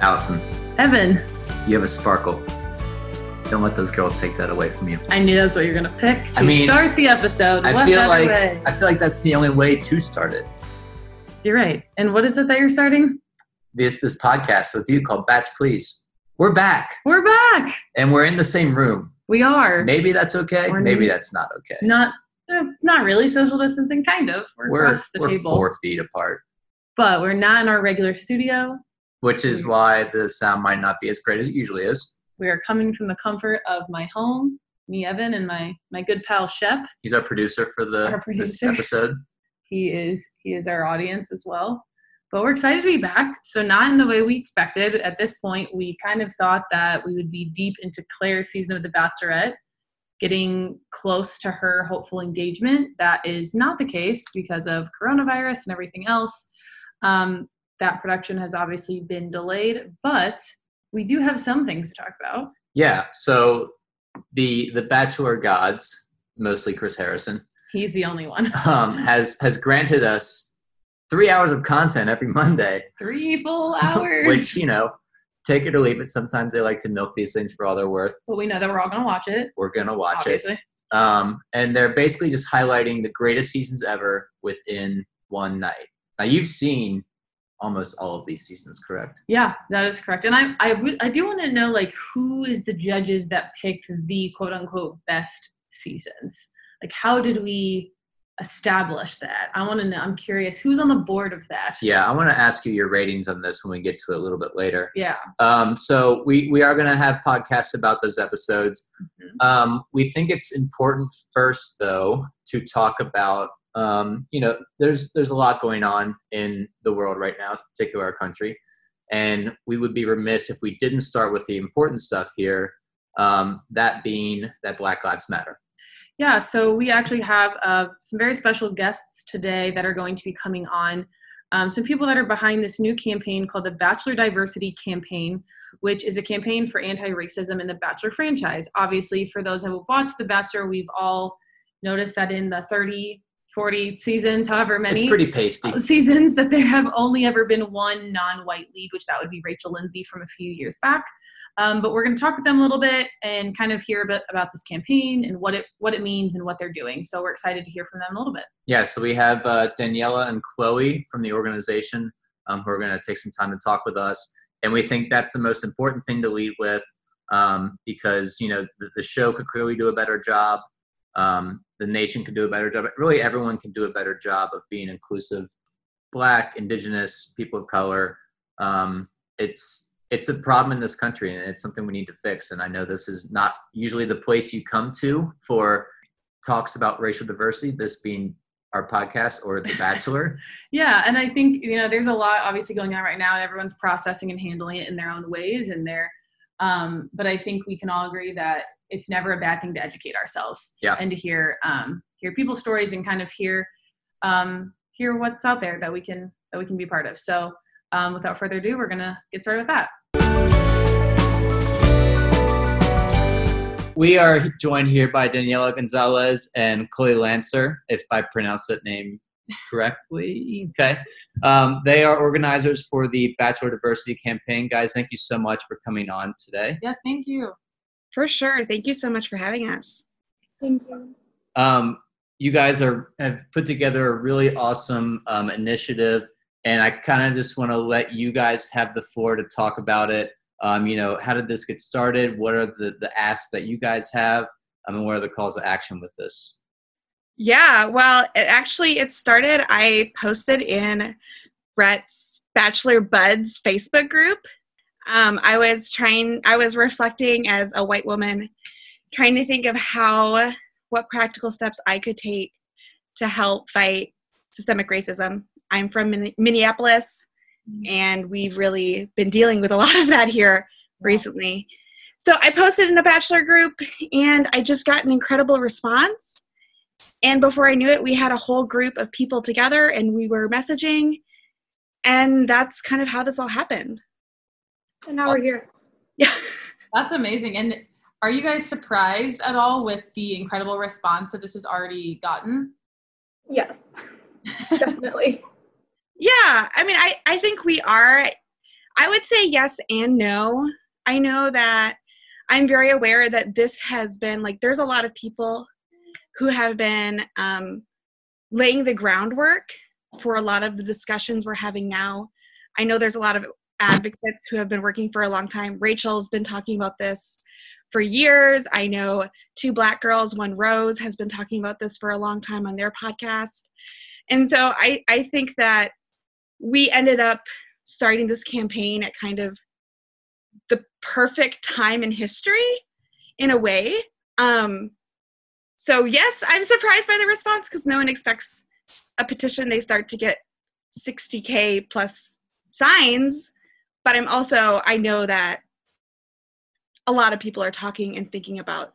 Allison, Evan, you have a sparkle. Don't let those girls take that away from you. I knew that's what you're gonna pick to I mean, start the episode. I what feel better like way? I feel like that's the only way to start it. you're right. And what is it that you're starting? This this podcast with you called Batch Please. We're back We're back. and we're in the same room. We are Maybe that's okay. We're- Maybe that's not okay. not eh, not really social distancing, kind of. We're, We're across the we're table, four feet apart, but we're not in our regular studio. which is why the sound might not be as great as it usually is. We are coming from the comfort of my home. Me, Evan, and my my good pal Shep. He's our producer for the Our this producer. episode. He is he is our audience as well. But we're excited to be back. So not in the way we expected. At this point, we kind of thought that we would be deep into Claire's season of The Bachelorette, getting close to her hopeful engagement. That is not the case because of coronavirus and everything else. Um, that production has obviously been delayed, but we do have some things to talk about. Yeah. So the the Bachelor gods, mostly Chris Harrison, He's the only one. um, has has granted us three hours of content every Monday, Three full hours. which you know, take it or leave it. Sometimes they like to milk these things for all they're worth. but we know that we're all going to watch it, We're gonna watch obviously. it, um, and they're basically just highlighting the greatest seasons ever within one night. Now you've seen almost all of these seasons, correct? Yeah, that is correct. And I, I, would- I do want to know like who is the judges that picked the quote unquote best seasons? Like how did we establish that? I want to know. I'm curious who's on the board of that. Yeah, I want to ask you your ratings on this when we get to it a little bit later. Yeah. Um, so we we are going to have podcasts about those episodes. Um, we think it's important first, though, to talk about um, you know there's there's a lot going on in the world right now, particularly our country, and we would be remiss if we didn't start with the important stuff here. Um, that being that Black Lives Matter. Yeah, so we actually have uh, some very special guests today that are going to be coming on. Um, some people that are behind this new campaign called the Bachelor Diversity Campaign, which is a campaign for anti racism in the Bachelor franchise. Obviously, for those who have watched The Bachelor, we've all noticed that in the 30, 40 seasons, however many It's pretty pasty. seasons that there have only ever been one non-white lead, which that would be Rachel Lindsay from a few years back. Um, but we're going to talk with them a little bit and kind of hear a bit about this campaign and what it what it means and what they're doing. So we're excited to hear from them a little bit. Yeah, so we have uh, Daniela and Chloe from the organization um, who are going to take some time to talk with us. And we think that's the most important thing to lead with um, because, you know, the, the show could clearly do a better job. Um, the nation could do a better job. Really, everyone can do a better job of being inclusive. Black, indigenous, people of color. Um, it's it's a problem in this country, and it's something we need to fix. And I know this is not usually the place you come to for talks about racial diversity. This being our podcast or The Bachelor. Yeah, and I think you know there's a lot obviously going on right now, and everyone's processing and handling it in their own ways. And their, um, but I think we can all agree that it's never a bad thing to educate ourselves Yeah. and to hear um, hear people's stories and kind of hear um, hear what's out there that we can that we can be part of. So um, without further ado, we're gonna get started with that. we are joined here by Daniela Gonzalez and Chloe Lancer, if I pronounce that name correctly. Okay. Um, they are organizers for the Bachelor Diversity Campaign. Guys, thank you so much for coming on today. Yes, thank you. For sure. Thank you so much for having us. Thank you. um, you guys are have put together a really awesome um, initiative and i kind of just want to let you guys have the floor to talk about it um, you know how did this get started what are the, the asks that you guys have um, and what are the calls to action with this Yeah, well, it actually it started I posted in Brett's Bachelor Buds Facebook group. Um, I was trying I was reflecting as a white woman trying to think of how what practical steps I could take to help fight systemic racism. I'm from Min- Minneapolis and we've really been dealing with a lot of that here recently. So I posted in a bachelor group and I just got an incredible response. And before I knew it, we had a whole group of people together and we were messaging. And that's kind of how this all happened. And now we're here. Yeah. That's amazing. And are you guys surprised at all with the incredible response that this has already gotten? Yes, definitely. Yeah. I mean, I, I think we are. I would say yes and no. I know that I'm very aware that this has been like there's a lot of people who have been um, laying the groundwork for a lot of the discussions we're having now. I know there's a lot of advocates who have been working for a long time. Rachel's been talking about this for years. I know Two Black Girls, One Rose has been talking about this for a long time on their podcast. And so I, I think that we ended up starting this campaign at kind of the perfect time in history in a way. Um, so, yes, I'm surprised by the response because no one expects a petition. They start to get 60K plus signs. But I'm also, I know that a lot of people are talking and thinking about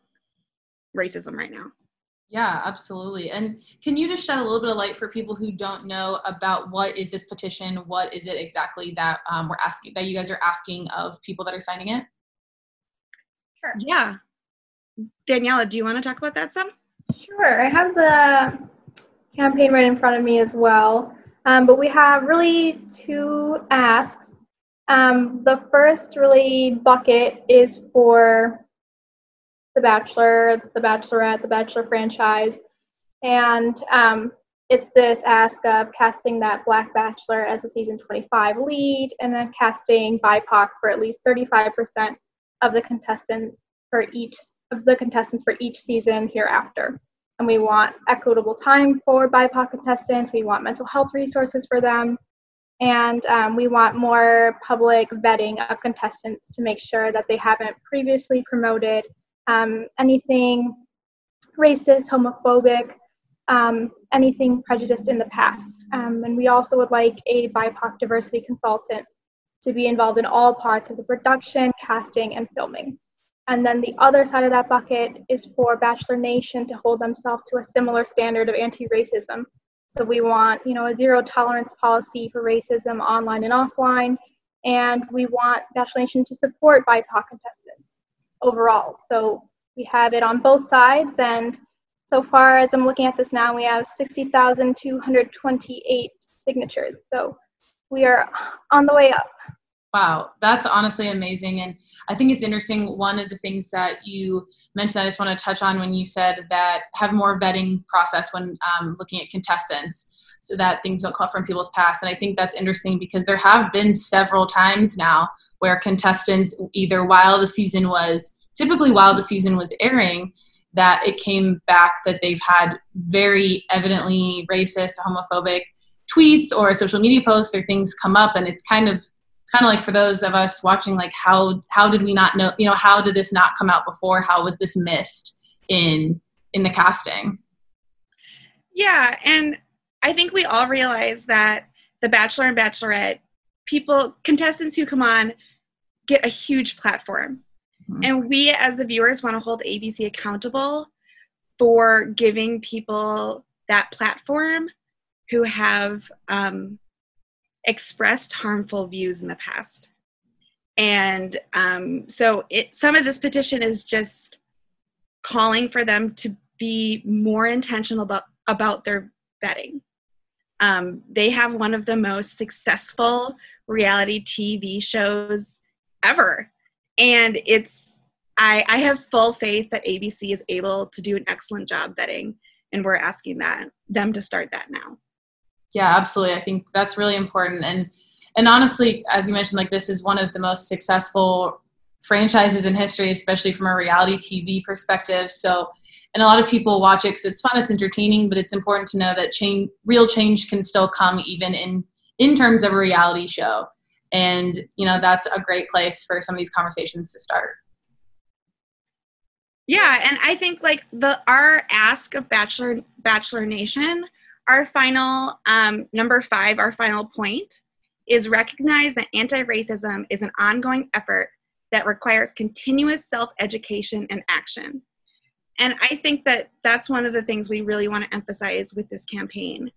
racism right now. Yeah, absolutely. And can you just shed a little bit of light for people who don't know about what is this petition? What is it exactly that um, we're asking that you guys are asking of people that are signing it? Sure. Yeah. Daniela, do you want to talk about that some? Sure. I have the campaign right in front of me as well. Um, but we have really two asks. Um, the first really bucket is for the Bachelor, the Bachelorette, the Bachelor franchise, and um, it's this ask of casting that Black Bachelor as a season 25 lead, and then casting BIPOC for at least 35% of the contestant for each of the contestants for each season hereafter. And we want equitable time for BIPOC contestants. We want mental health resources for them. And um, we want more public vetting of contestants to make sure that they haven't previously promoted um, anything racist, homophobic, um, anything prejudiced in the past. Um, and we also would like a BIPOC diversity consultant to be involved in all parts of the production, casting, and filming. And then the other side of that bucket is for Bachelor Nation to hold themselves to a similar standard of anti racism. So we want, you know, a zero tolerance policy for racism online and offline, and we want Bachelor Nation to support BIPOC contestants overall. So we have it on both sides, and so far as I'm looking at this now, we have 60,228 signatures. So we are on the way up. Wow, that's honestly amazing. And I think it's interesting. One of the things that you mentioned, I just want to touch on when you said that have more vetting process when um, looking at contestants so that things don't come from people's past. And I think that's interesting because there have been several times now where contestants, either while the season was typically while the season was airing, that it came back that they've had very evidently racist, homophobic tweets or social media posts or things come up, and it's kind of kind of like for those of us watching, like how how did we not know? You know, how did this not come out before? How was this missed in in the casting? Yeah, and I think we all realize that The Bachelor and Bachelorette people contestants who come on get a huge platform Mhm. and we as the viewers want to hold abc accountable for giving people that platform who have um, expressed harmful views in the past and um, so it, some of this petition is just calling for them to be more intentional about, about their vetting um, they have one of the most successful reality TV shows ever. And it's, I, I have full faith that ABC is able to do an excellent job vetting, and we're asking that them to start that now. Yeah, absolutely. I think that's really important. And and honestly, as you mentioned, like this is one of the most successful franchises in history, especially from a reality TV perspective. So, and a lot of people watch it because it's fun, it's entertaining, but it's important to know that change, real change, can still come even in in terms of a reality show. And you know that's a great place for some of these conversations to start. Yeah, and I think like the our ask of Bachelor Bachelor Nation, our final um, number five, our final point is recognize that anti-racism is an ongoing effort that requires continuous self-education and action. And I think that that's one of the things we really want to emphasize with this campaign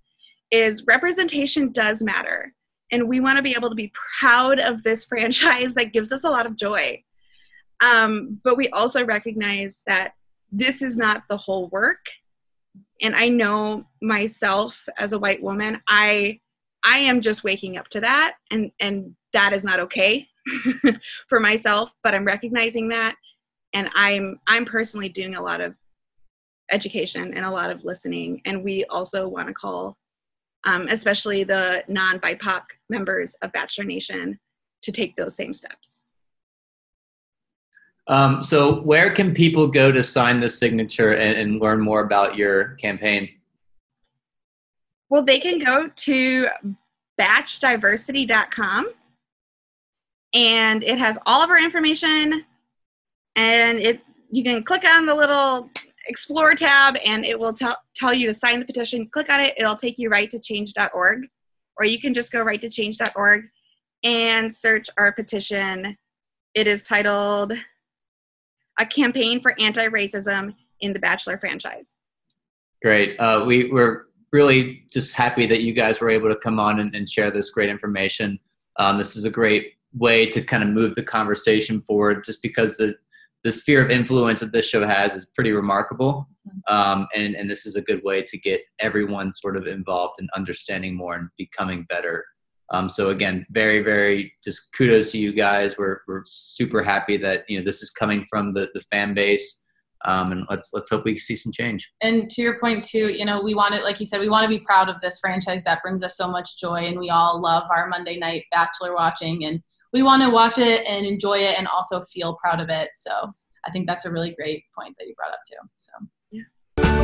is representation does matter. And we want to be able to be proud of this franchise that gives us a lot of joy. Um, but we also recognize that this is not the whole work. And I know myself as a white woman, I I am just waking up to that and and that is not okay for myself, but I'm recognizing that and I'm I'm personally doing a lot of education and a lot of listening and we also want to call um, especially the non-BIPOC members of Bachelor Nation to take those same steps. Um, so, where can people go to sign the signature and, and, learn more about your campaign? Well, they can go to batchdiversity.com and it has all of our information and it you can click on the little explore tab and it will tell tell you to sign the petition click on it it'll take you right to change.org or you can just go right to change.org and search our petition it is titled a campaign for anti-racism in the bachelor franchise great uh, we, we're really just happy that you guys were able to come on and, and share this great information um, this is a great way to kind of move the conversation forward just because the, the sphere of influence that this show has is pretty remarkable um, and, and this is a good way to get everyone sort of involved in understanding more and becoming better um, so again, very, very just kudos to you guys. We're, we're super happy that you know this is coming from the, the fan base. Um, and let's let's hope we see some change. And to your point too, you know, we want to, like you said, we want to be proud of this franchise that brings us so much joy, and we all love our Monday night bachelor watching, and we want to watch it and enjoy it, and also feel proud of it. So I think that's a really great point that you brought up too. So.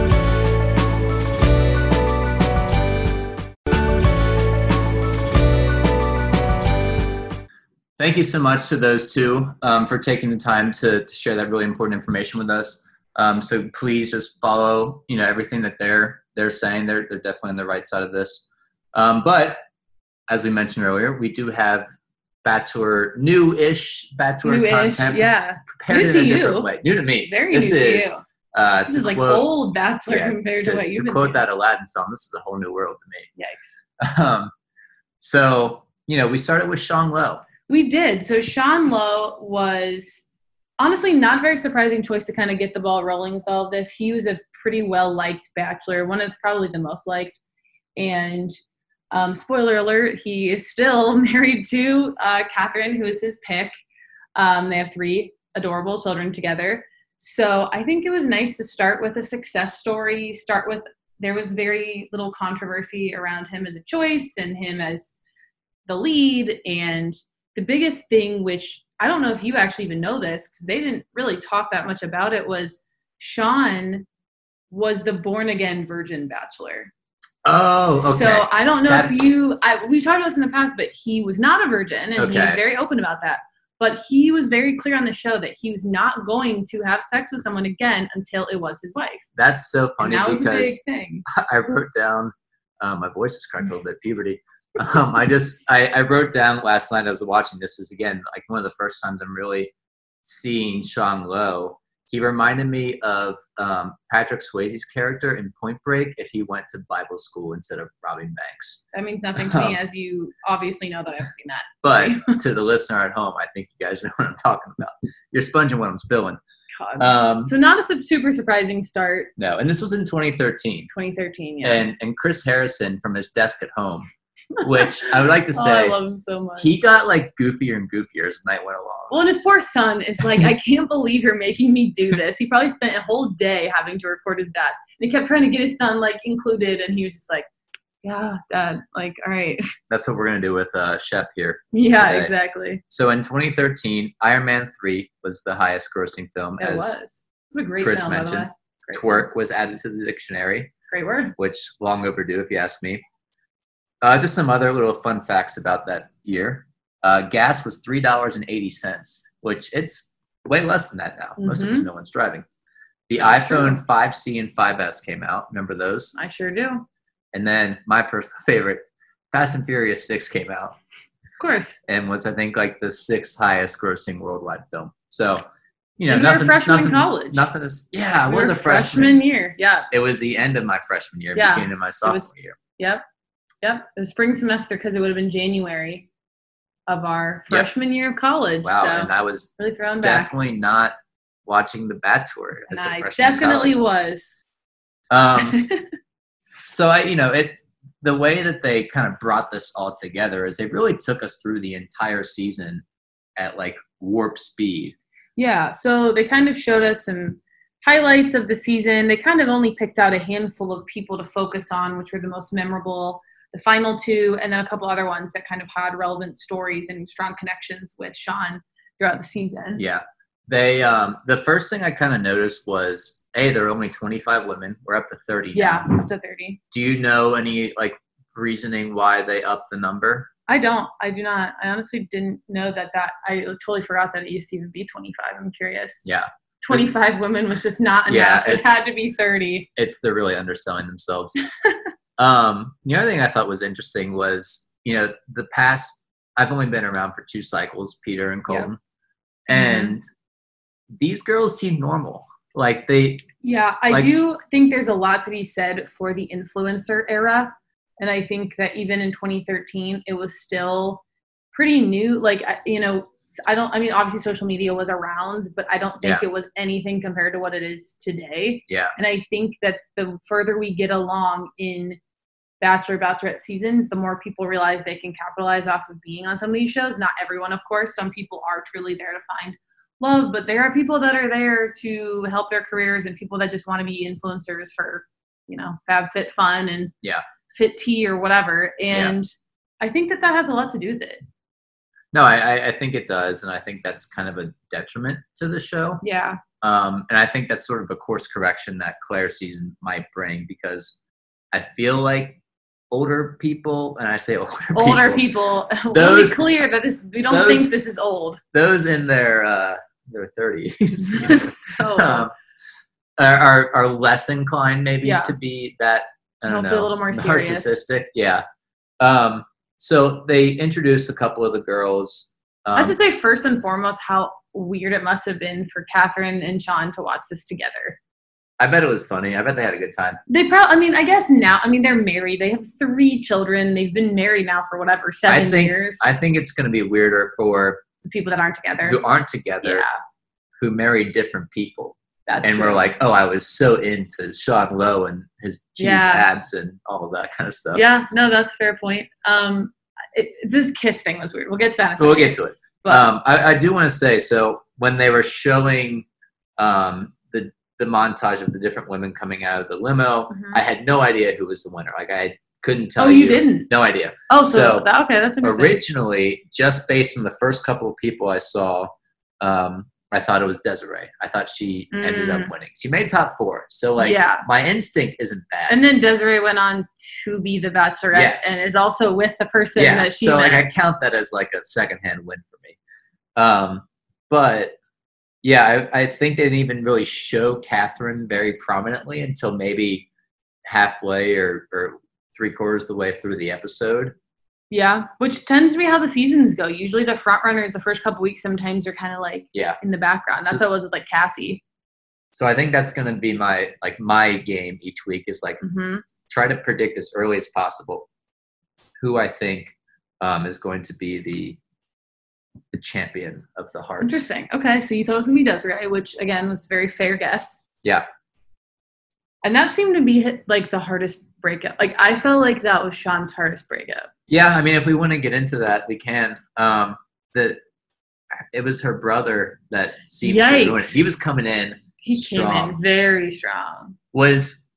Thank you so much to those two um, for taking the time to, to, share that really important information with us. Um, so please just follow, you know, everything that they're they're saying. They're they're definitely on the right side of this. Um, but as we mentioned earlier, we do have bachelor new-ish bachelor New-ish, content. yeah. prepared New in a to you. different way. New to me. Very this new is to you. Uh, This to is like quote- old Bachelor yeah, compared to, to, what you've to been quote seeing. that Aladdin song. This is a whole new world to me. Yikes. Um, so you know, we started with Sean Lowe. We did. So Sean Lowe was honestly not a very surprising choice to kind of get the ball rolling with all of this. He was a pretty well liked bachelor, one of probably the most liked. And um, spoiler alert, he is still married to uh, Catherine, who is his pick. Um, they have three adorable children together. So I think it was nice to start with a success story, start with there was very little controversy around him as a choice and him as the lead and the biggest thing which i don't know if you actually even know this because they didn't really talk that much about it was sean was the born again virgin bachelor Oh, okay. so i don't know That's- if you I, we talked about this in the past but he was not a virgin and he was Okay. very open about that but he was very clear on the show that he was not going to have sex with someone again until it was his wife That's so and funny that was because a big thing I wrote down. Uh, my voice is cracked a little bit. Puberty. Um, I just I, I wrote down last night. I was watching this is again like one of the first times I'm really seeing Sean Lowe. He reminded me of um, Patrick Swayze's character in Point Break if he went to Bible school instead of robbing banks. that means nothing to me as you obviously know that i haven't seen that But to the listener at home, I think you guys know what I'm talking about. You're sponging what I'm spilling. God. Um, so not a sup- super surprising start no, and this was in 2013. 2013 yeah and and Chris Harrison from his desk at home, which I would like to oh, I say love him so much. he got like goofier and goofier as the night went along. well, and his poor son is like, I can't believe you're making me do this. He probably spent a whole day having to record his dad, and he kept trying to get his son like included, and he was just like, Yeah, dad, like, all right, That's what we're gonna do with uh, Shep here. yeah, Right. exactly. So in 2013, Iron Man 3 was the highest grossing film It as was what a great Chris film, by the mentioned, way. Great film. twerk was added to the dictionary, great word. which long overdue if you ask me. Uh, just some other little fun facts about that year. Uh, gas was three dollars and eighty cents, which it's way less than that now. Most of us no one's driving. The Mm-hmm. That's true. iPhone 5C and 5S came out. Remember those? I sure do. Of And then my personal favorite, Fast and Furious 6 came out course. and was, I think, like the sixth highest grossing worldwide film. So, you know, And we were nothing, freshmen in nothing, college. Nothing is, yeah, I We was were a freshman. year. Yeah. It was the end of my freshman year, Yeah, beginning of my sophomore was- year. Yep. Yep. It was spring semester because it would have been January of our Yep. freshman year of college. Wow. so and I was really thrown back. definitely not watching The Bachelor as And a I freshman. in definitely college. was. Um, so I, you know, it the way that they kind of brought this all together is they really took us through the entire season at like warp speed. Yeah, so they kind of showed us some highlights of the season. They kind of only picked out a handful of people to focus on, which were the most memorable, the final two, and then a couple other ones that kind of had relevant stories and strong connections with Sean throughout the season. Yeah. They um the first thing I kind of noticed was hey, there are only 25 women. We're up to 30. now. Yeah, up to 30. Do you know any like reasoning why they upped the number? I don't. I do not. I honestly didn't know that that. I totally forgot that it used to even be 25. I'm curious. Yeah. 25 women was just not Yeah, enough. it it's- had to be 30. it's they're really underselling themselves. um, the other thing I thought was interesting was you know the past. I've only been around for two cycles, Peter and Yeah. Mm-hmm. Colton, and these girls seem normal. Like they, Yeah, I Like- do think there's a lot to be said for the influencer era. And I think that even in 2013, it was still pretty new. Like, I- you know, I don't, I mean, obviously social media was around, but I don't think it was anything compared to what it is today. Yeah. And I think that the further we get along in Bachelor, Bachelorette seasons, the more people realize they can capitalize off of being on some of these shows. Not everyone, of course. Some people are truly there to find love, but there are people that are there to help their careers and people that just want to be influencers for, you know, fab fit fun and Yeah. fit tea or whatever. Yeah. And I think that that has a lot to do with it. no, I, I- I think it does, and I think that's kind of a detriment to the show. Yeah. Um, and I think that's sort of a course correction that Claire season might bring because I feel like older people, and I say older, Older people, Those- we clear that this, we don't those- think this is old. those in their uh, their thirties so um, are, are are less inclined maybe Yeah. to be that I don't Hopefully know, a little more serious. narcissistic. Yeah. Um, so they introduced a couple of the girls. I have Um, to say, first and foremost, how weird it must have been for Catherine and Sean to watch this together. I bet it was funny. I bet they had a good time. They probably, I mean, I guess now, I mean, they're married. They have three children. They've been married now for whatever, seven I think years. I think it's going to be weirder for the people that aren't together. who aren't together yeah, who marry different people, that's and true. we're like, oh, I was so into Sean Lowe and his huge Yeah. abs and all that kind of stuff. yeah, no, that's a fair point. Um, it, this kiss thing was weird. We'll get to that. in a So we'll second. get to it. But um, I, I do want to say so when they were showing um, the the montage of the different women coming out of the limo, Mhm. I had no idea who was the winner. Like I couldn't tell oh, you. you didn't. No idea. Oh, so, So, that, okay, that's interesting. Originally, just based on the first couple of people I saw, um, I thought it was Desiree. I thought she ended up winning. She made top four, so like Mm. yeah. my instinct isn't bad. And then Desiree went on to be the Bachelorette Yes. and is also with the person yeah, that she so met. like I count that as like a secondhand win for me. Um, but yeah, I, I think they didn't even really show Catherine very prominently until maybe halfway or, or three quarters of the way through the episode. Yeah, which tends to be how the seasons go. Usually, the front runners the first couple weeks sometimes are kind of like Yeah, in the background. That's So- how it was with like Cassie. so I think that's gonna be my like my game each week is like hmm try to predict as early as possible who I think um, is going to be the the champion of the heart. Interesting. Okay, so you thought it was gonna be Desiree, which again was a very fair guess. Yeah. And that seemed to be hit- like the hardest breakup. Like I felt like that was Sean's hardest breakup. Yeah, I mean, if we want to get into that, we can. Um, the it was her brother that seemed to ruin it. Yikes. He was coming in. He came Strong. in very strong. Was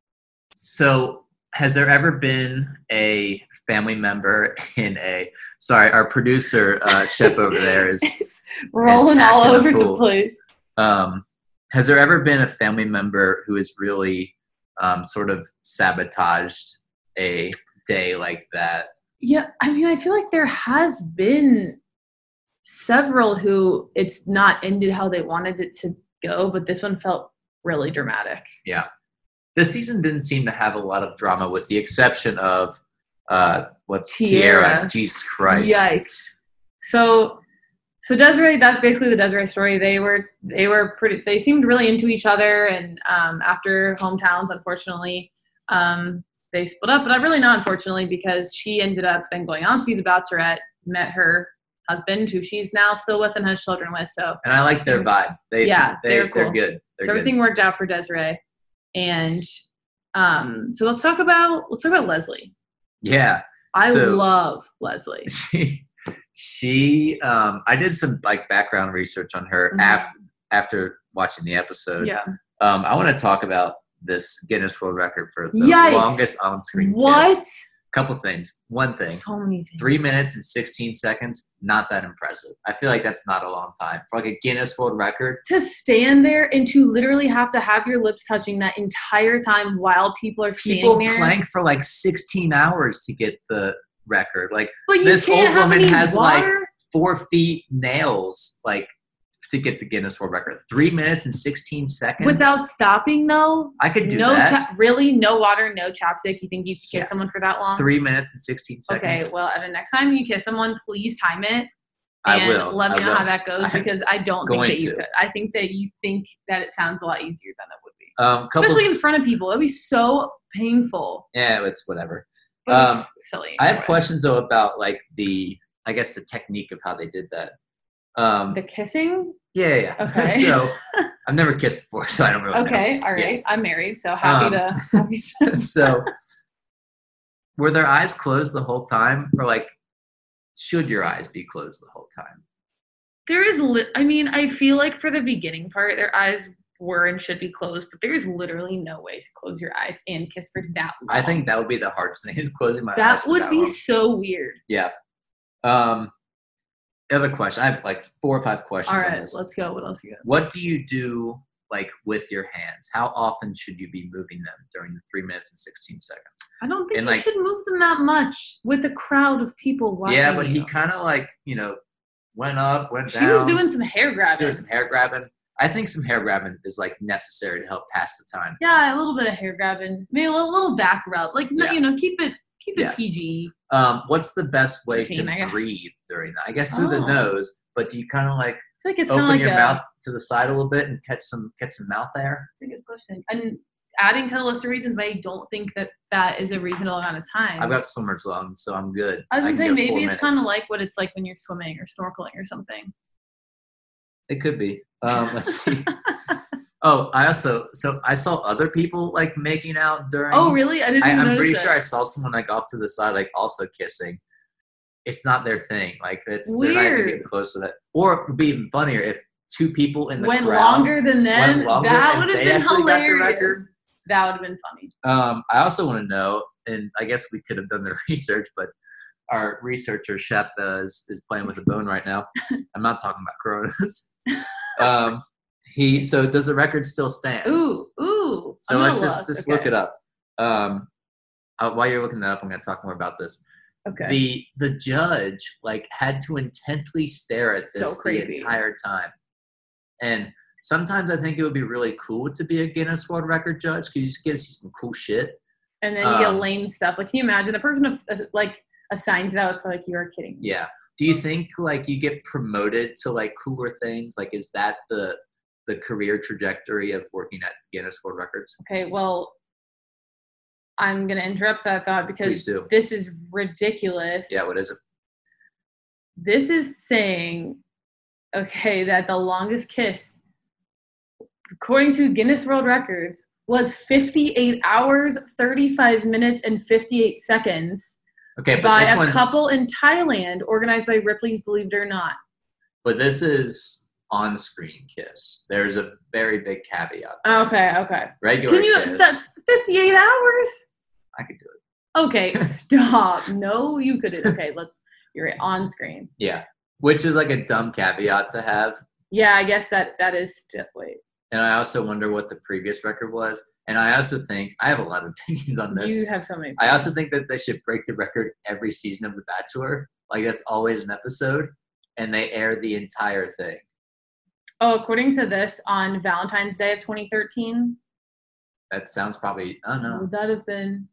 so. Has there ever been a family member in a? Sorry, our producer uh, Shep over there is. It's rolling all acting a over the fool. place. Um, has there ever been a family member who has really um, sort of sabotaged a day like that? Yeah, I mean, I feel like there has been several who it's not ended how they wanted it to go, but this one felt really dramatic. this season didn't seem to have a lot of drama, with the exception of uh, what's Tiara. Tiara. Jesus Christ. Yikes! So, so Desiree, that's basically the Desiree story. They were they were pretty. They seemed really into each other, and um, after hometowns, unfortunately, um, they split up. But really not unfortunately because she ended up then going on to be the Bachelorette, met her husband, who she's now still with and has children with. So And I like their vibe. They, Yeah, they, they're they're, cool. good. They're so everything worked out for Desiree, and um, so let's talk about let's talk about Leslie. Yeah. I So- love Leslie. She, she um, I did some like background research on her Mhm. after after watching the episode. Yeah. Um, I want to talk about this Guinness World Record for the Yikes. longest on-screen What? kiss. Couple things. One thing. So many things. Three minutes and 16 seconds, not that impressive. I feel like that's not a long time. For like a Guinness World Record, to stand there and to literally have to have your lips touching that entire time while people are standing people there. plank for like 16 hours to get the record. Like but you this can't old have woman any has, like, water. four feet nails, like to get the Guinness World Record. Three minutes and 16 seconds. without stopping though. I could do no, that. cha- really, no water, no chapstick. You think you could kiss Yeah. someone for that long? Three minutes and 16 seconds. Okay, well, Evan, next time you kiss someone, please time it I and will. let me I know will. how that goes I'm because I don't think going that you to. could. I think that you think that it sounds a lot easier than it would be, Um, couple, especially in front of people. It'd be so painful. yeah, it's whatever. But Um, it's silly. I have Anyway. questions though about like the, I guess the technique of how they did that. Um, The kissing? yeah, yeah. yeah. Okay. so I've never kissed before, so I don't really know. Okay, all right. I'm married, so Um, happy to. Happy to so were their eyes closed the whole time or like should your eyes be closed the whole time There is, li- I mean, I feel like for the beginning part, their eyes were and should be closed, but there is literally no way to close your eyes and kiss for that long. i think that would be the hardest thing is closing my eyes that for would be long. so weird. yeah um the other question i have like four or five All questions on right, this let's go. What else you got? what do you do like with your hands how often should you be moving them during the three minutes and 16 seconds I don't think And, you like- should move them that much with a crowd of people watching. yeah but he you. kind of like you know went up went she down was doing some hair she was grabbing. doing some hair grabbing i think some hair grabbing is like necessary to help pass the time Yeah, a little bit of hair grabbing, maybe a little, little back rub. Like, no Yeah. you know, keep it keep it Yeah. PG. Um, what's the best way Routine, I to guess. breathe during that? I guess through Oh. the nose, but do you kind of like I feel like it's kind open of like your a, mouth to the side a little bit and catch some catch some mouth air? That's a good question. And adding to the list of reasons why I don't think that that is a reasonable amount of time. I've got swimmer's lungs, so I'm good. I was can gonna say go maybe four it's kind of minutes. like what it's like when you're swimming or snorkeling or something. it could be. Um, let's see. oh, I also so I saw other people like making out during. Oh, really? I didn't. I, even I'm notice pretty that. sure I saw someone like off to the side like also kissing. It's not their thing. Like it's they're not even getting Weird. close to that. Or it would be even funnier if two people in the went crowd longer than them. went longer that and would have they been actually got the hilarious. record. that would have been funny. Um, I also want to know, and I guess we could have done the research, but our researcher Shep uh, is, is playing with a bone right now. I'm not talking about coronas. um, he so does the record still stand? Ooh, ooh. so I'm let's gonna just look. just okay. look it up. Um, uh, while you're looking that up, I'm going to talk more about this. Okay. The the judge like had to intently stare at So this the creepy. entire time, and sometimes I think it would be really cool to be a Guinness World Record judge because you just get to see some cool shit. and then you get um, lame stuff. Like, can you imagine the person of, as- like assigned to that was probably like, "You are kidding." me." Yeah. Do you think like you get promoted to like cooler things? Like, is that the the career trajectory of working at Guinness World Records? Okay. Well, I'm gonna interrupt that thought Please because do. this is ridiculous. Yeah. What is it? this is saying okay that the longest kiss according to guinness world records was 58 hours 35 minutes and 58 seconds Okay, but by this a one, couple in thailand organized by ripley's believe it or not but this is on screen kiss. There's a very big caveat. okay okay Regular Oh. can you kiss. that's 58 hours I could do it. okay stop no you couldn't okay let's you're right, on screen Yeah. Which is like a dumb caveat to have. yeah i guess that that is still wait And I also wonder what the previous record was. And I also think I have a lot of opinions on this. you have so many I also think that they should break the record every season of The Bachelor. Like that's always an episode, and they air the entire thing. oh according to this on valentine's day of 2013 That sounds probably I don't know Would that have been?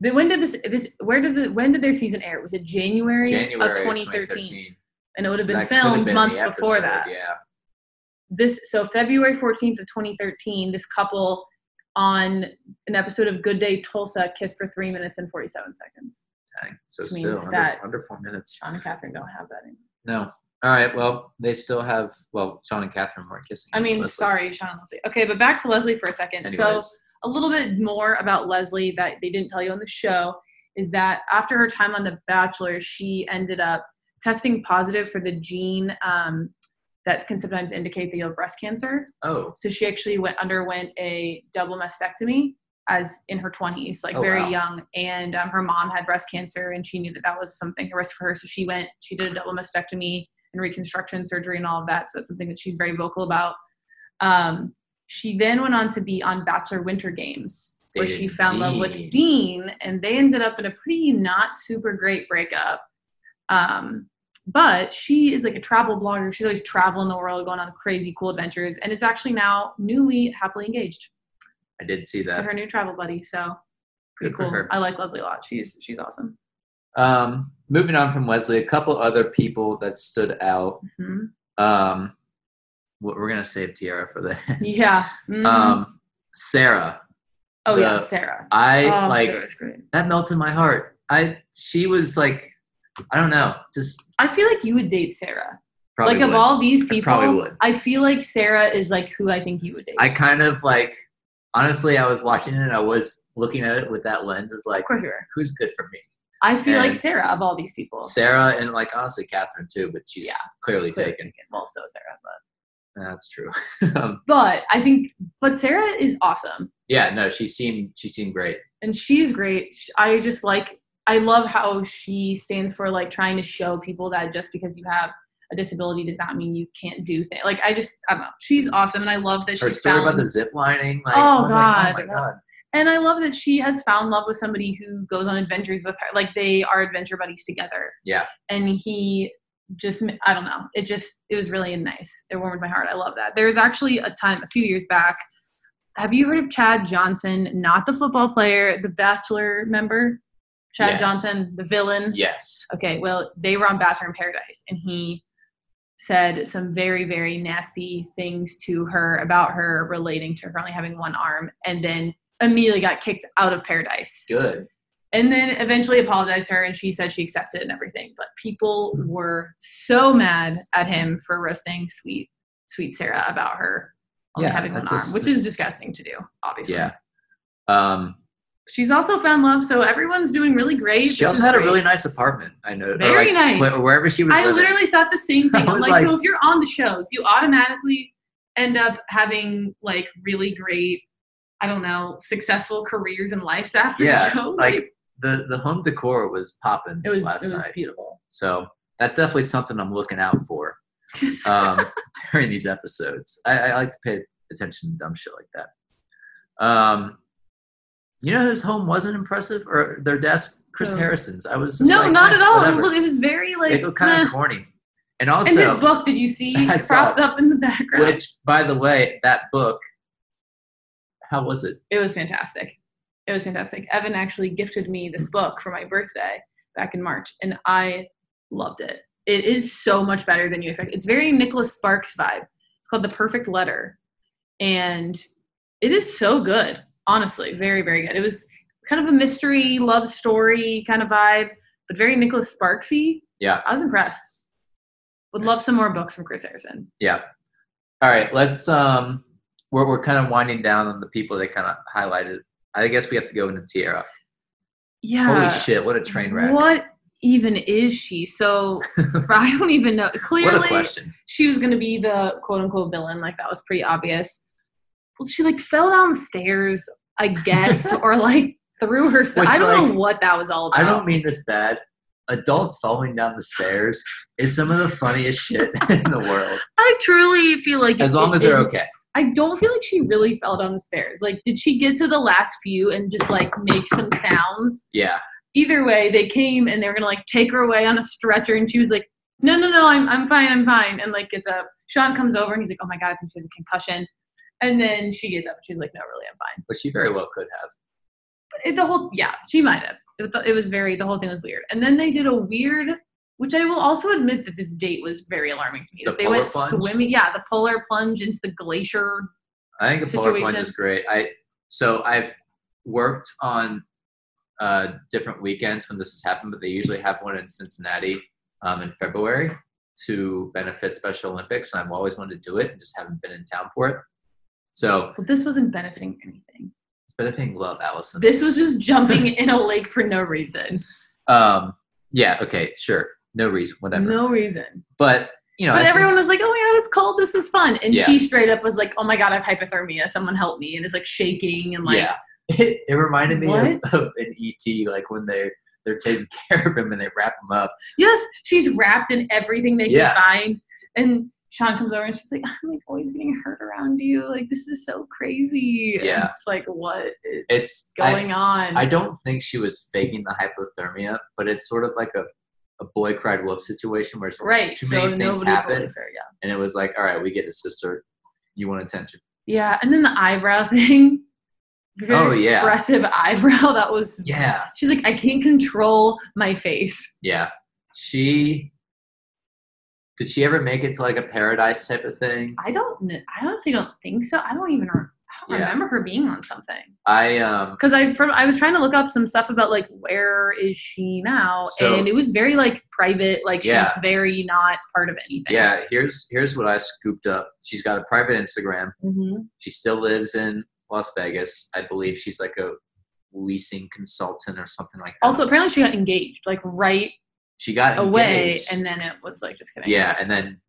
The, when did this this where did the when did their season air? Was it January, January of 2013? 2013. And it would have So been that could have filmed been months the before episode, that. Yeah, This so February 14th of 2013, this couple on an episode of Good Day Tulsa kissed for three minutes and 47 seconds. Dang. so Which still means under, that- under four minutes. Sean and Catherine don't have that anymore. No. All right. Well, they still have. Well, Sean and Catherine weren't kissing. I It was mean, Leslie. sorry, Sean and Leslie. Okay, but back to Leslie for a second. So Anyways, a little bit more about Leslie that they didn't tell you on the show is that after her time on The Bachelor, she ended up testing positive for the gene um, that can sometimes indicate that you have breast cancer. Oh, So she actually went underwent a double mastectomy as in her 20s, like Oh, very wow. young. And um, her mom had breast cancer, and she knew that that was something a risk for her. So she went, she did a double mastectomy and reconstruction surgery and all of that. So that's something that she's very vocal about. Um, she then went on to be on Bachelor Winter Games, where Dated she fell in love Dean. with Dean, and they ended up in a pretty not super great breakup. Um, but she is like a travel blogger. She's always traveling the world, going on crazy cool adventures, and is actually now newly happily engaged I did see to that. her new travel buddy. So pretty Good for cool. her. I like Leslie a lot. She's she's awesome. Um, moving on from Wesley, a couple other people that stood out. Mhm. Um, we're we're gonna save Tiara for that. Yeah. Mhm. um, Sarah, oh yeah, the- Sarah. I oh, like Sarah's great. that melted my heart. I she was like, I don't know, just I feel like you would date Sarah. probably like of would. all these people, probably would. I feel like Sarah is like who I think you would date. I kind of like honestly, I was watching it. and I was looking at it with that lens. Is like, of course you are. who's good for me? I feel like And- Sarah of all these people. Sarah and like honestly Catherine too, but she's Yeah. clearly Clearly taken. Well, so Sarah, but That's true. um, but I think but Sarah is awesome. yeah, no, she seemed she seemed great. and she's great. Sh- I just like I love how she stands for like trying to show people that just because you have a disability does not mean you can't do things. Like I just I don't know. She's awesome, and I love that Her she's story found. about the zip lining, like, Oh, I was God. like, oh my god, and I love that she has found love with somebody who goes on adventures with her. Like they are adventure buddies together. Yeah. And he just I don't know. It just it was really nice. It warmed my heart. I love that. There was actually a time a few years back. Have you heard of Chad Johnson? Not the football player, the Bachelor member. Chad Yes. Johnson, the villain. yes, Okay, well, they were on Bachelor in Paradise, and he said some very, very nasty things to her about her relating to her only having one arm, and then immediately got kicked out of Paradise. good. And then eventually apologized to her, and she said she accepted and everything. But people were so mad at him for roasting sweet, sweet Sarah about her only Yeah, having one that's arm, just- which is that's- disgusting to do, obviously. Yeah. Um, She's also found love, so everyone's doing really great. she This also is had a great. really nice apartment. I know, or, Very like, nice. wh- wherever she was I living. literally thought the same thing. I I'm was like, like- so if you're on the show, do you automatically end up having like really great, I don't know, successful careers and lives after Yeah, the show? like, the the home decor was popping it was, last it was night, beautiful. so that's definitely something I'm looking out for um, during these episodes. I, I like to pay attention to dumb shit like that. Um, you know whose home wasn't impressive or their desk? Chris Who? Harrison's. I was just Oh. No, like, not eh, at all. It whatever. was, it was very like. they go kind meh. of corny. And also, and his book, did you see I saw propped up in the background? which, by the way, that book, how was it? it was fantastic. It was fantastic. Evan actually gifted me this Mm. book for my birthday back in March, and I loved it. It is so much better than you expect. It's very Nicholas Sparks vibe. It's called The Perfect Letter, and it is so good. Honestly, very very good. It was kind of a mystery love story kind of vibe, but very Nicholas Sparksy. Yeah. I was impressed. Would love some more books from Chris Harrison. Yeah. All right, let's. Um, we're we're kind of winding down on the people that kind of highlighted. I guess we have to go into Tiara. Yeah. Holy shit! What a train wreck! What, What even is she? So I don't even know. a Clearly, question. she was going to be the quote unquote villain. Like that was pretty obvious. Well, she like fell down the stairs, I guess, or like threw herself. I Which, don't know like, what that was all about. I don't mean this bad. Adults falling down the stairs is some of the funniest shit in the world. I truly feel like As it- long it- as they're it- okay. I don't feel like she really fell down the stairs. Like, did she get to the last few and just like make some sounds? Yeah. Either way, they came and they were gonna like take her away on a stretcher, and she was like, "No, no, no, I'm I'm fine, I'm fine," and like gets up. Sean comes over and he's like, "Oh my god, I think she has a concussion," and then she gets up and she's like, "No, really, I'm fine." But she very well could have. it, the whole yeah she might have it, was- it was very the whole thing was weird and then they did a weird which i will also admit that this date was very alarming to me The that they polar went plunge? swimming yeah the polar plunge into the glacier I think a polar plunge situation. is great. I so I've worked on uh, different weekends when this has happened, but they usually have one in Cincinnati um, in February to benefit Special Olympics, and I've always wanted to do it and just haven't been in town for it. So but this wasn't benefiting anything It's better paying love, Allison. This was just jumping in a lake for no reason. Um, yeah, okay, sure. No reason, whatever. No reason. But, you know, I but think- everyone was like, "Oh my god, it's cold. This is fun." And Yeah. she straight up was like, "Oh my god, I have hypothermia. Someone help me!" And is like shaking and like, yeah. It, it reminded me of, What? of an ET, like when they're they're taking care of him and they wrap him up. "Yes, she's wrapped in everything they Yeah. can find." And Sean comes over and she's like, "I'm like always getting hurt around you. Like this is so crazy." And Yeah. I'm just like, what is It's I- going on? I don't think she was faking the hypothermia, but it's sort of like a, a boy cried wolf situation where it's right. too so many things nobody happen. believed her. Yeah. and it was like, all right, we get a sister. You want attention? Yeah, and then the eyebrow thing. Very Oh, yeah. expressive eyebrow. That was. Yeah, She's like, I can't control my face. yeah. She did she ever make it to like a paradise type of thing? I don't. kn- I honestly don't think so. I don't even. re- I don't Yeah. remember her being on something. I um Because I from I was trying to look up some stuff about like where is she now, So- and it was very like private. Like Yeah. she's very not part of anything. yeah. Here's here's what I scooped up. She's got a private Instagram. hmm She still lives in Las Vegas. I believe she's like a leasing consultant or something like that. Also, apparently she got engaged like right she got away, engaged. and then it was like just kidding. yeah, and then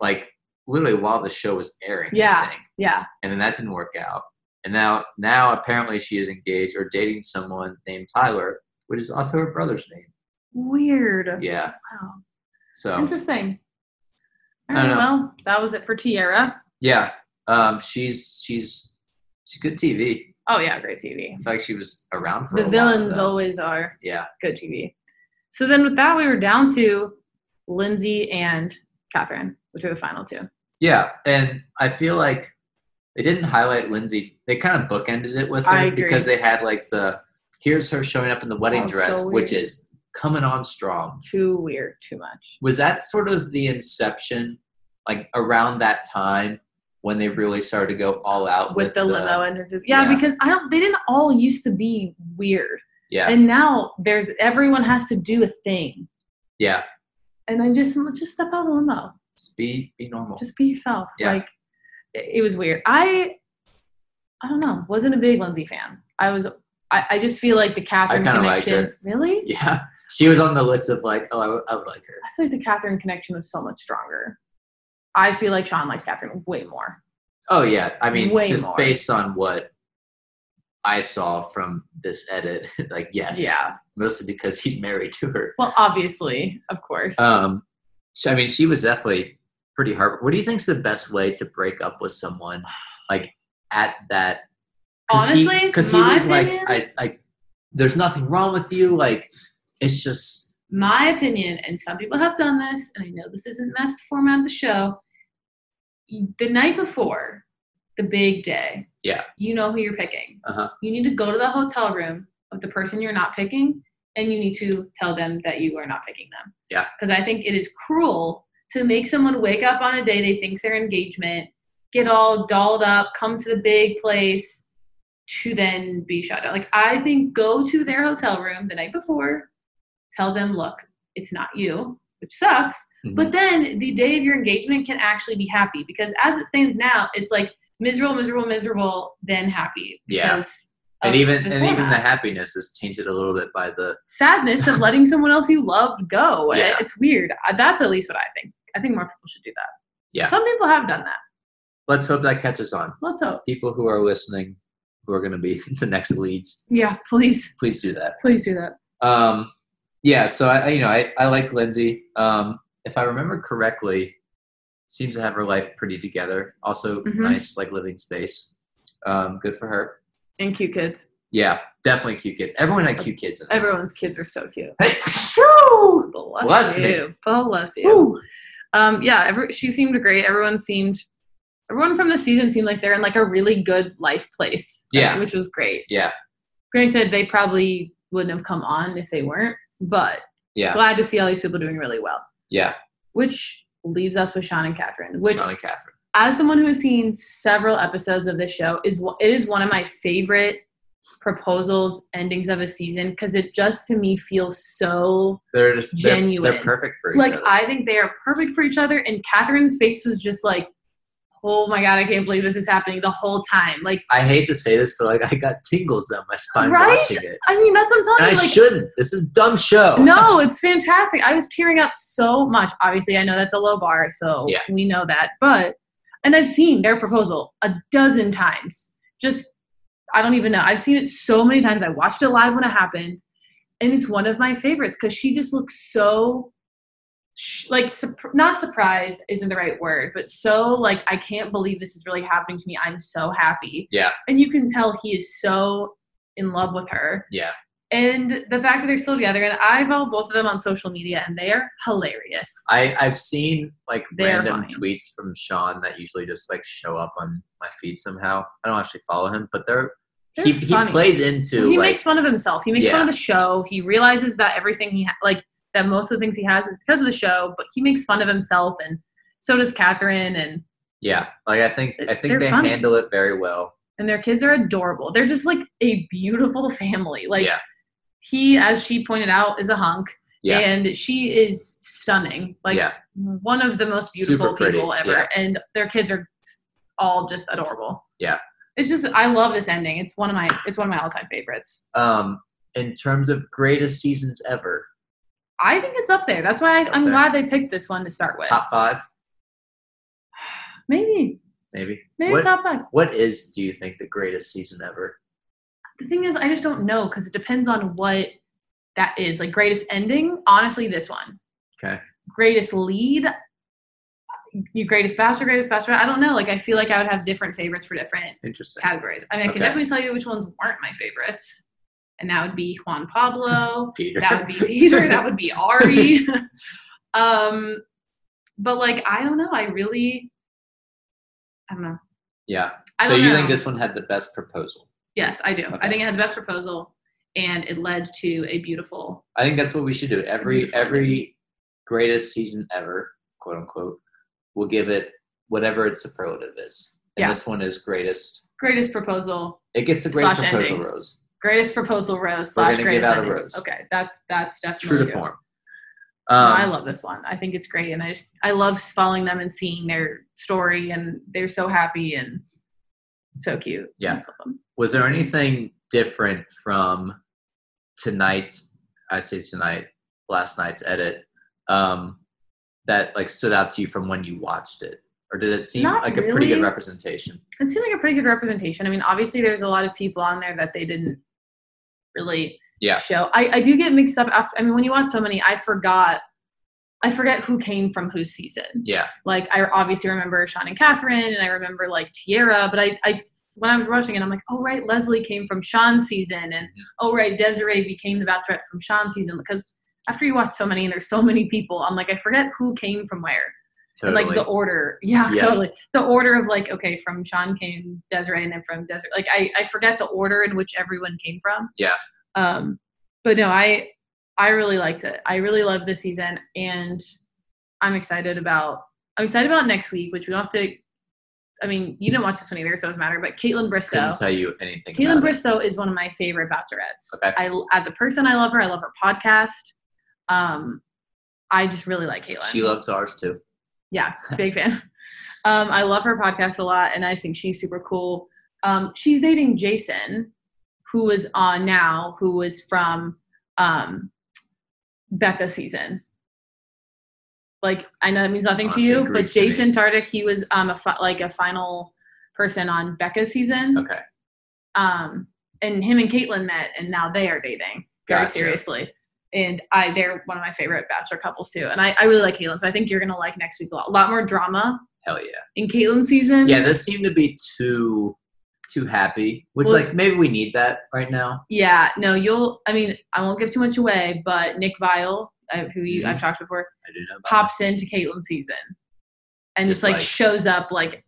like literally while the show was airing. I Yeah. think. Yeah. and then that didn't work out. And now, now apparently she is engaged or dating someone named Tyler, which is also her brother's name. Weird. Yeah. Wow. So Interesting. I All don't right. know. Well, that was it for Tiara. yeah, um, she's she's she's good TV. Oh yeah, great TV. In fact, she was around for The a while, villains though. always are Yeah, good TV. So then with that, we were down to Lindsay and Catherine, which are the final two. yeah, and I feel like they didn't highlight Lindsay. They kind of bookended it with her I agree. because they had like the here's her showing up in the wedding That was so dress, which weird. is coming on strong. Too weird, too much. was that sort of the inception like around that time when they really started to go all out With, with, uh, the limo entrances. Yeah, yeah. because I don't they didn't all used to be weird. yeah And now there's everyone has to do a thing. yeah And I just just step out of the limo. just be be normal just be yourself. Yeah. Like it it was weird. I I don't know, wasn't a big Lindsay fan. I was I, I just feel like the Catherine kinda liked connection. her. Really? yeah she was on the list of like oh I would- I would like her I feel like the Catherine connection was so much stronger. I feel like Sean liked Catherine way more. oh yeah i mean Way just more. based on what i saw from this edit like yes Yeah. mostly because he's married to her Well, obviously, of course. um so i mean she was definitely pretty hard what do you think's the best way to break up with someone like at that Honestly, because he, my was opinion- like, I, I, there's nothing wrong with you. Like, it's just, My opinion, and some people have done this, and I know this isn't master format of the show. The night before the big day, Yeah. you know who you're picking. Uh-huh. You need to go to the hotel room of the person you're not picking, and you need to tell them that you are not picking them. Yeah. Because I think it is cruel to make someone wake up on a day they thinks their engagement, get all dolled up, come to the big place, to then be shut down. Like I think go to their hotel room the night before, tell them, look, it's not you, which sucks. Mm-hmm. But then the day of your engagement can actually be happy because as it stands now, it's like miserable, miserable, miserable, then happy. Yeah. because and of even the and even the format. happiness is tainted a little bit by the sadness of letting someone else you love go. Yeah. It's weird. Uh, That's at least what I think. I think more people should do that. Yeah. Some people have done that. let's hope that catches on. Let's hope. People who are listening, who are going to be the next leads, Yeah, please. please do that. Please do that. Um, yeah, so I, I- you know, I, I liked Lindsay. Um, if I remember correctly, seems to have her life pretty together. Also, Mhm. nice like living space. Um, good for her. And cute kids. Yeah, definitely cute kids. Everyone had cute kids. In this. Everyone's kids are so cute. Hey, Bless, Bless me. you. Bless you. Um, yeah, every, she seemed great. Everyone seemed, everyone from the season seemed like they're in like a really good life place. uh, Yeah. which was great. Yeah. Granted, they probably wouldn't have come on if they weren't, but yeah, glad to see all these people doing really well. yeah. Which leaves us with Sean and Catherine, which Sean and Catherine. as someone who has seen several episodes of this show is one- it is one of my favorite proposals endings of a season because it just to me feels so They're just they're- They're, Genuine. perfect for each like other. I think they are perfect for each other. And Catherine's face was just like, oh my god, I can't believe this is happening the whole time. Like, I hate to say this, but like I got tingles on my spine Right? watching it. I mean, that's what I'm telling And I you. like, shouldn't. This is a dumb show. no, it's fantastic. I was tearing up so much. Obviously, I know that's a low bar, so Yeah. we know that. But and I've seen their proposal a dozen times. Just I don't even know. I've seen it so many times. I watched it live when it happened, and it's one of my favorites because she just looks so sh- like surp- not surprised isn't the right word, but so like I can't believe this is really happening to me. I'm so happy. Yeah. and you can tell he is so in love with her Yeah. and the fact that they're still together and i follow both of them on social media and they are hilarious I, I've seen like They're random fine. tweets from Sean that usually just like show up on my feed somehow. I don't actually follow him, but they're, he, They're he funny. plays into he like makes fun of himself he makes fun of the show he realizes that everything he ha- like that most of the things he has is because of the show but he makes fun of himself and so does Catherine and yeah. Like I think I think They're they funny. handle it very well. and their kids are adorable. They're just like a beautiful family. Like yeah, he, as she pointed out, is a hunk. Yeah. And she is stunning. Like yeah, one of the most beautiful Super pretty, people ever. yeah. And their kids are all just adorable. Yeah. It's just I love this ending. It's one of my it's one of my all time favorites. um, in terms of greatest seasons ever, I think it's up there. That's why I, Up I'm there. glad they picked this one to start with. top five Maybe maybe. maybe what, top five. what is do you think the greatest season ever? The thing is, I just don't know because it depends on what that is. Like greatest ending, honestly, this one. Okay. Greatest lead, your greatest bachelor, greatest bachelor. I don't know. Like I feel like I would have different favorites for different Interesting. categories. I mean, I Okay. can definitely tell you which ones weren't my favorites, and that would be Juan Pablo. Peter. that would be Peter. that would be Ari. um, but like, I don't know. I really, I don't know. yeah. I So don't you know. think this one had the best proposal? Yes, I do. Okay. I think it had the best proposal, and it led to a beautiful. I think that's what we should do. Every Beautiful. every greatest season ever, quote unquote, we'll give it whatever its superlative is. And Yeah. this one is greatest. Greatest proposal. It gets the greatest Slash proposal ending. rose. Greatest proposal rose We're slash gonna give greatest out a ending. rose. Okay, that's that's definitely True to good. form. No, Um, I love this one. I think it's great, and I just I love following them and seeing their story, and they're so happy and so cute. Yeah. I just love them. was there anything different from tonight's I say tonight, last night's edit, um, that like stood out to you from when you watched it? Or did it seem Not like a pretty good really. representation? It seemed like a pretty good representation. I mean, obviously, there's a lot of people on there that they didn't really Yeah. show. I, I do get mixed up after. I mean, when you watch so many, I forgot. I forget who came from whose season. Yeah. Like, I obviously remember Sean and Catherine, and I remember like Tiara. But I, I when I was watching it, I'm like, oh right, Leslie came from Sean's season, and oh right, Desiree became the Bachelorette from Sean's season. Because after you watch so many, and there's so many people, I'm like, I forget who came from where. And, Totally. like the order yeah, Yeah. totally the order of like okay from sean came desiree and then from desiree like I, I forget the order in which everyone came from Yeah. um but no i i really liked it i really love this season and i'm excited about i'm excited about next week which we don't have to i mean you didn't watch this one either so it doesn't matter but caitlin bristow couldn't tell you anything. Caitlin about it. Bristow is one of my favorite bachelorettes. Okay. I, as a person, I love her. I love her podcast. Um, I just really like Caitlin. She loves ours too. Yeah, big fan. Um, I love her podcast a lot, and I just think she's super cool. Um, she's dating Jason, who was on now, who was from um, Becca season. Like I know that means nothing to Honestly, you, Greek but to me. Jason Tardik, he was um, a fi- like a final person on Becca season. Okay. Um, and him and Caitlyn met, and now they are dating very Gotcha. seriously. And I, they're one of my favorite Bachelor couples too. And I, I really like Caitlyn, so I think you're gonna like next week a lot, a lot more drama Hell yeah. in Caitlyn's season. Yeah, this seemed to be too too happy, which Well- like maybe we need that right now. Yeah, no, you'll. I mean, I won't give too much away, but Nick Vile, uh, who you, Mhm. I've talked before, I do know. About pops into Caitlyn's season, and just, Just like, like- shows up like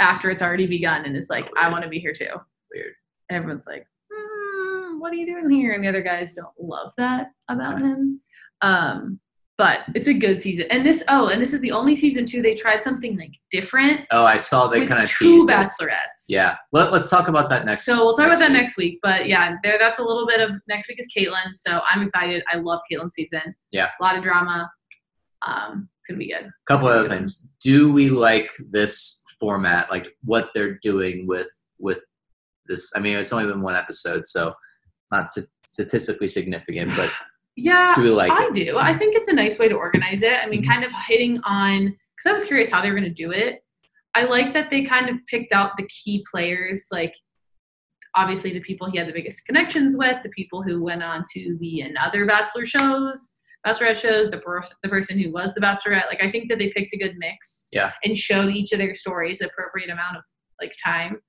after it's already begun, and is like, I Weird. want to be here too. Weird. And everyone's like, "Hmm, What are you doing here? And the other guys don't love that about Okay. him. Um, but it's a good season, and this. Oh, and this is the only season too they tried something like different Oh, I saw they with kind of two teased it. bachelorettes. Yeah. Let, let's talk about that next. So we'll talk about that week. next week. But yeah, there that's a little bit of next week is Caitlin. So I'm excited. I love Caitlin season. Yeah. A lot of drama. Um, it's gonna be good. couple other things. Do we like this format, like what they're doing with with this. I mean, it's only been one episode, so not statistically significant, but yeah, do we like I it? do. I think it's a nice way to organize it. I mean, Mhm. kind of hitting on because I was curious how they were going to do it. I like that they kind of picked out the key players, like obviously the people he had the biggest connections with, the people who went on to the and other Bachelor shows, Bachelorette shows, the pers- the person who was the Bachelorette. Like I think that they picked a good mix. Yeah. And showed each of their stories appropriate amount of like time.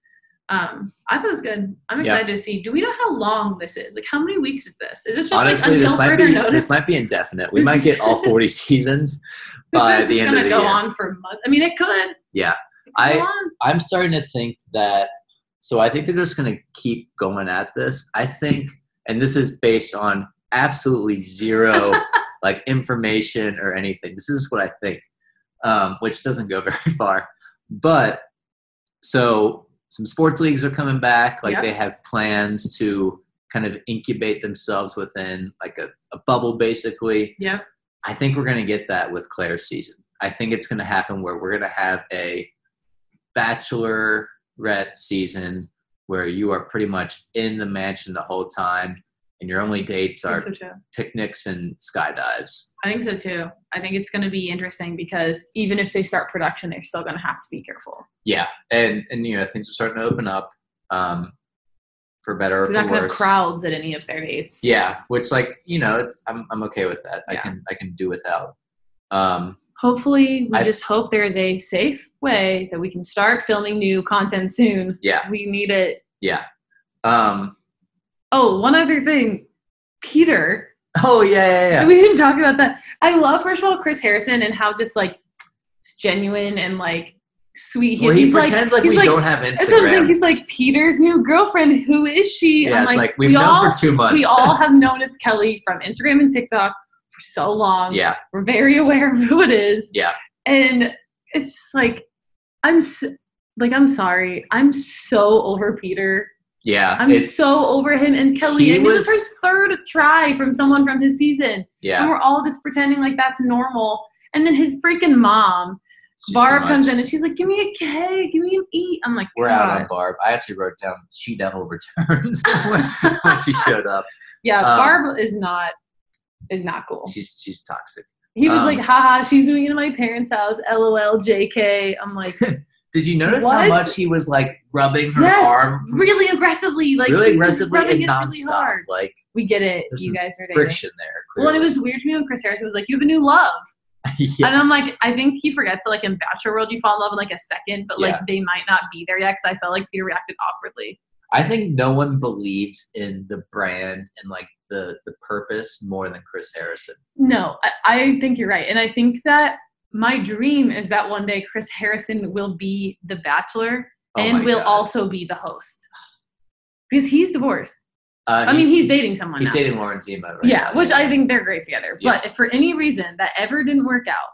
Um, I thought it was good. I'm Yeah. excited to see. Do we know how long this is? Like, how many weeks is this? Is this just Honestly, like this until might further be notice? this might be indefinite. We This might is- get all forty seasons This by is the just end of gonna the go year. on for months. I mean, it could. It Yeah, could I- go on. I'm starting to think that. So I think they're just going to keep going at this. I think, and this is based on absolutely zero like information or anything. This is what I think, um, which doesn't go very far. But so some sports leagues are coming back. Like Yep. they have plans to kind of incubate themselves within like a, a bubble, basically. Yep. I think we're going to get that with Claire's season. I think it's going to happen where we're going to have a bachelorette season where you are pretty much in the mansion the whole time and your only dates I are think so too. picnics and skydives. I think so too. I think it's going to be interesting because even if they start production, they're still going to have to be careful. Yeah, and and you know things are starting to open up, um, for better or They're not for going to have worse. crowds at any of their dates. Yeah, which like you know it's I'm I'm okay with that. I Yeah. can I can do without. Um, Hopefully, we I- just hope there is a safe way that we can start filming new content soon. yeah, We need it. yeah. Um, Oh, one other thing, Peter. oh yeah, yeah, yeah. We didn't talk about that. I love first of all Chris Harrison and how just like genuine and like sweet he well, is. he he's like pretends like, he's we like- don't have That's what I'm saying. Instagram. He's like Peter's new girlfriend. Who is she? Yeah, I'm it's like, we've known for two We months. all have known it's Kelly from Instagram and TikTok for so long. Yeah, we're very aware of who it is. Yeah. and it's just like I'm s like I'm sorry. I'm so over Peter. yeah. I'm it's, so over him and Kelly. He and was- this is his third try from someone from his season, and yeah. we're all just pretending like that's normal. And then his freaking mom, it's just too Barb, much. comes in and she's like, "Give me a K, give me an E." I'm like, We're God. out on Barb. I actually wrote down she devil returns when, when she showed up. Yeah, Um, Barb is not is not cool. She's she's toxic. He was um, like, haha, she's moving into my parents' house. LOL, JK. I'm like, Did you notice What? how much he was like rubbing her yes, arm really aggressively, like really he was aggressively and rubbing it nonstop? Really hard. like We get it. There's you some guys are dating. friction there. Well, and it clearly. was weird to me when Chris Harrison was like, "You have a new love," yeah, and I'm like, I think he forgets that like in Bachelor World, you fall in love in like a second, but like Yeah. they might not be there yet. Because I felt like Peter reacted awkwardly. I think no one believes in the brand and like the the purpose more than Chris Harrison. No, I, I think you're right. And I think that my dream is that one day Chris Harrison will be the bachelor Oh and my will God. also be the host. Because he's divorced. Uh, I mean, he's dating someone he's now. dating Lauren Zima. Right yeah, now. which I think they're great together. Yeah. But if for any reason that ever didn't work out,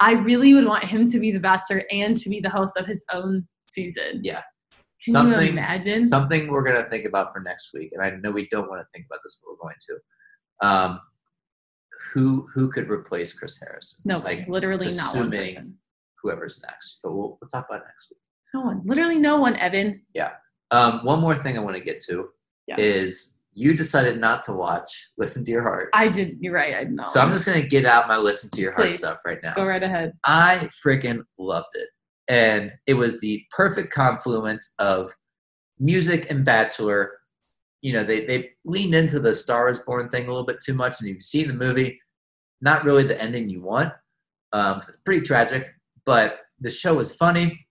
I really would want him to be the bachelor and to be the host of his own season. Yeah. Can you Something- imagine? something we're gonna think about for next week, and I know we don't want to think about this, but we're going to. Um, who who could replace Chris Harrison? no, like literally not one assuming- person. whoever's next. But we'll, we'll talk about it next week. No one. Literally no one, Evan. Um, one more thing I want to get to Yeah. is you decided not to watch Listen to Your Heart. I did. You're right. I know. So I'm just gonna get out my Listen to Your Heart Please. stuff right now. go right ahead. I freaking loved it, and it was the perfect confluence of music and Bachelor. You know, they they leaned into the Star Is Born thing a little bit too much, and you've seen the movie. Not really the ending you want. Um, so it's pretty tragic, but the show was funny.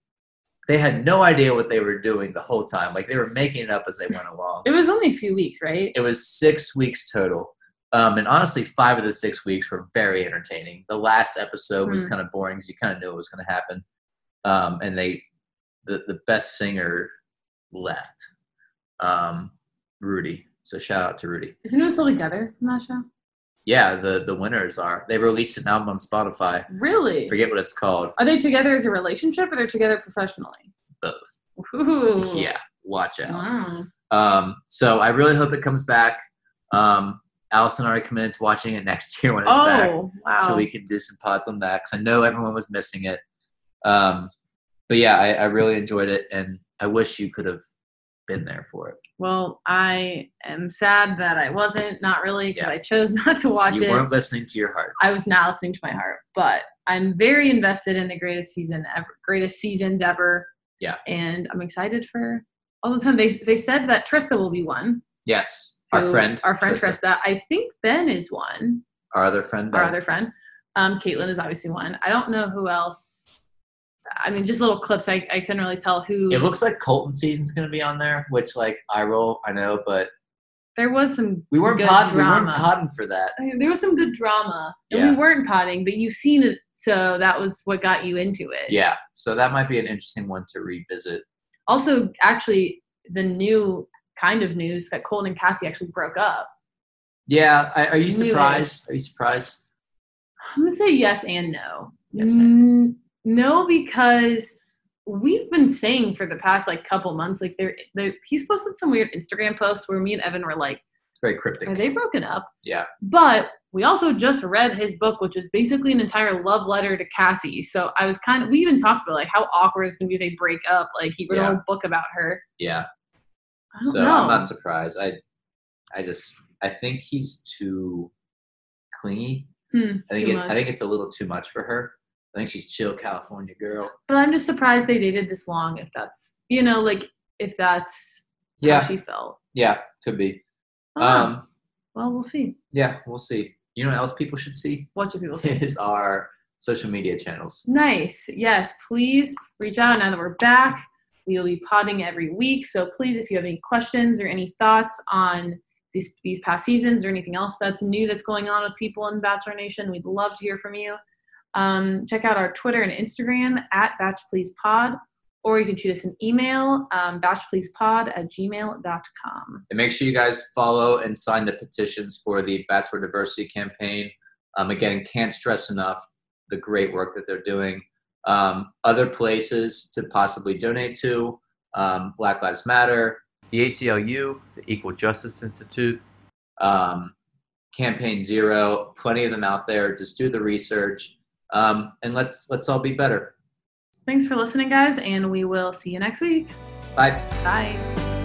They had no idea what they were doing the whole time. Like they were making it up as they went along. It was only a few weeks, right? It was six weeks total. Um, and honestly, five of the six weeks were very entertaining. The last episode was Hmm. kind of boring because you kind of knew it was going to happen. Um, and they, the, the best singer left, um, Rudy. So shout out to Rudy. Isn't it still together from that show? Yeah, the, the winners are. They released an album on Spotify. Really? Forget what it's called. Are they together as a relationship or they're together professionally? Both. Ooh. Yeah, watch out. Mm. Um, so I really hope it comes back. Um, Allison already committed to watching it next year when it's back. Oh, wow. so we could do some pods on that because I know everyone was missing it. Um, but yeah, I, I really enjoyed it, and I wish you could have been there for it. Well, I am sad that I wasn't, not really, because Yeah. I chose not to watch you it. weren't listening to your heart. I was not listening to my heart, but I'm very invested in the greatest season ever, greatest seasons ever. Yeah. And I'm excited for all the time. They they said that Trista will be one. Yes, our who- friend, our friend Trista. Trista. I think Ben is one. our other friend, Our Ben. other friend, um, Caitlin is obviously one. I don't know who else. I mean, just little clips. I, I couldn't really tell who. It looks like Colton season's gonna be on there, which like I roll, I know, but there was some. we weren't good pod, we drama. weren't podding for that. I mean, there was some good drama, and we Yeah. weren't potting, but you've seen it, so that was what got you into it. Yeah, so that might be an interesting one to revisit. Also, actually, the new kind of news that Colton and Cassie actually broke up. Yeah, I, are you Knew it. surprised? Are you surprised? I'm gonna say yes and no. Yes and N- Mm, no, because we've been saying for the past like couple months, like they're, they he's posted some weird Instagram posts where me and Evan were like, It's very cryptic. are they broken up? Yeah. But we also just read his book, which was basically an entire love letter to Cassie. So I was kind of we even talked about like how awkward it's gonna be if they break up. Like he wrote a Yeah. whole book about her. yeah, I don't so know. I'm not surprised. I, I just I think he's too clingy. Hmm, I think too it, much. I think it's a little too much for her. I think she's chill California girl. but I'm just surprised they dated this long. If that's you know like if that's Yeah, how she felt. yeah, could be. I don't know. Um, well, we'll see. Yeah, we'll see. You know what else people should see? What do people say? Is our social media channels. Nice. Yes. Please reach out now that we're back. We will be potting every week. So please, if you have any questions or any thoughts on these, these past seasons or anything else that's new that's going on with people in Bachelor Nation, we'd love to hear from you. Um, check out our Twitter and Instagram at Batch Please Pod, or you can shoot us an email, um, batchpleasepod at gmail.com. And make sure you guys follow and sign the petitions for the Bachelor Diversity Campaign. Um, again, can't stress enough the great work that they're doing. Um, other places to possibly donate to um, Black Lives Matter, the ACLU, the Equal Justice Institute, um, Campaign Zero, plenty of them out there. Just do the research um, and let's, let's all be better. Thanks for listening, guys, and we will see you next week. Bye. Bye.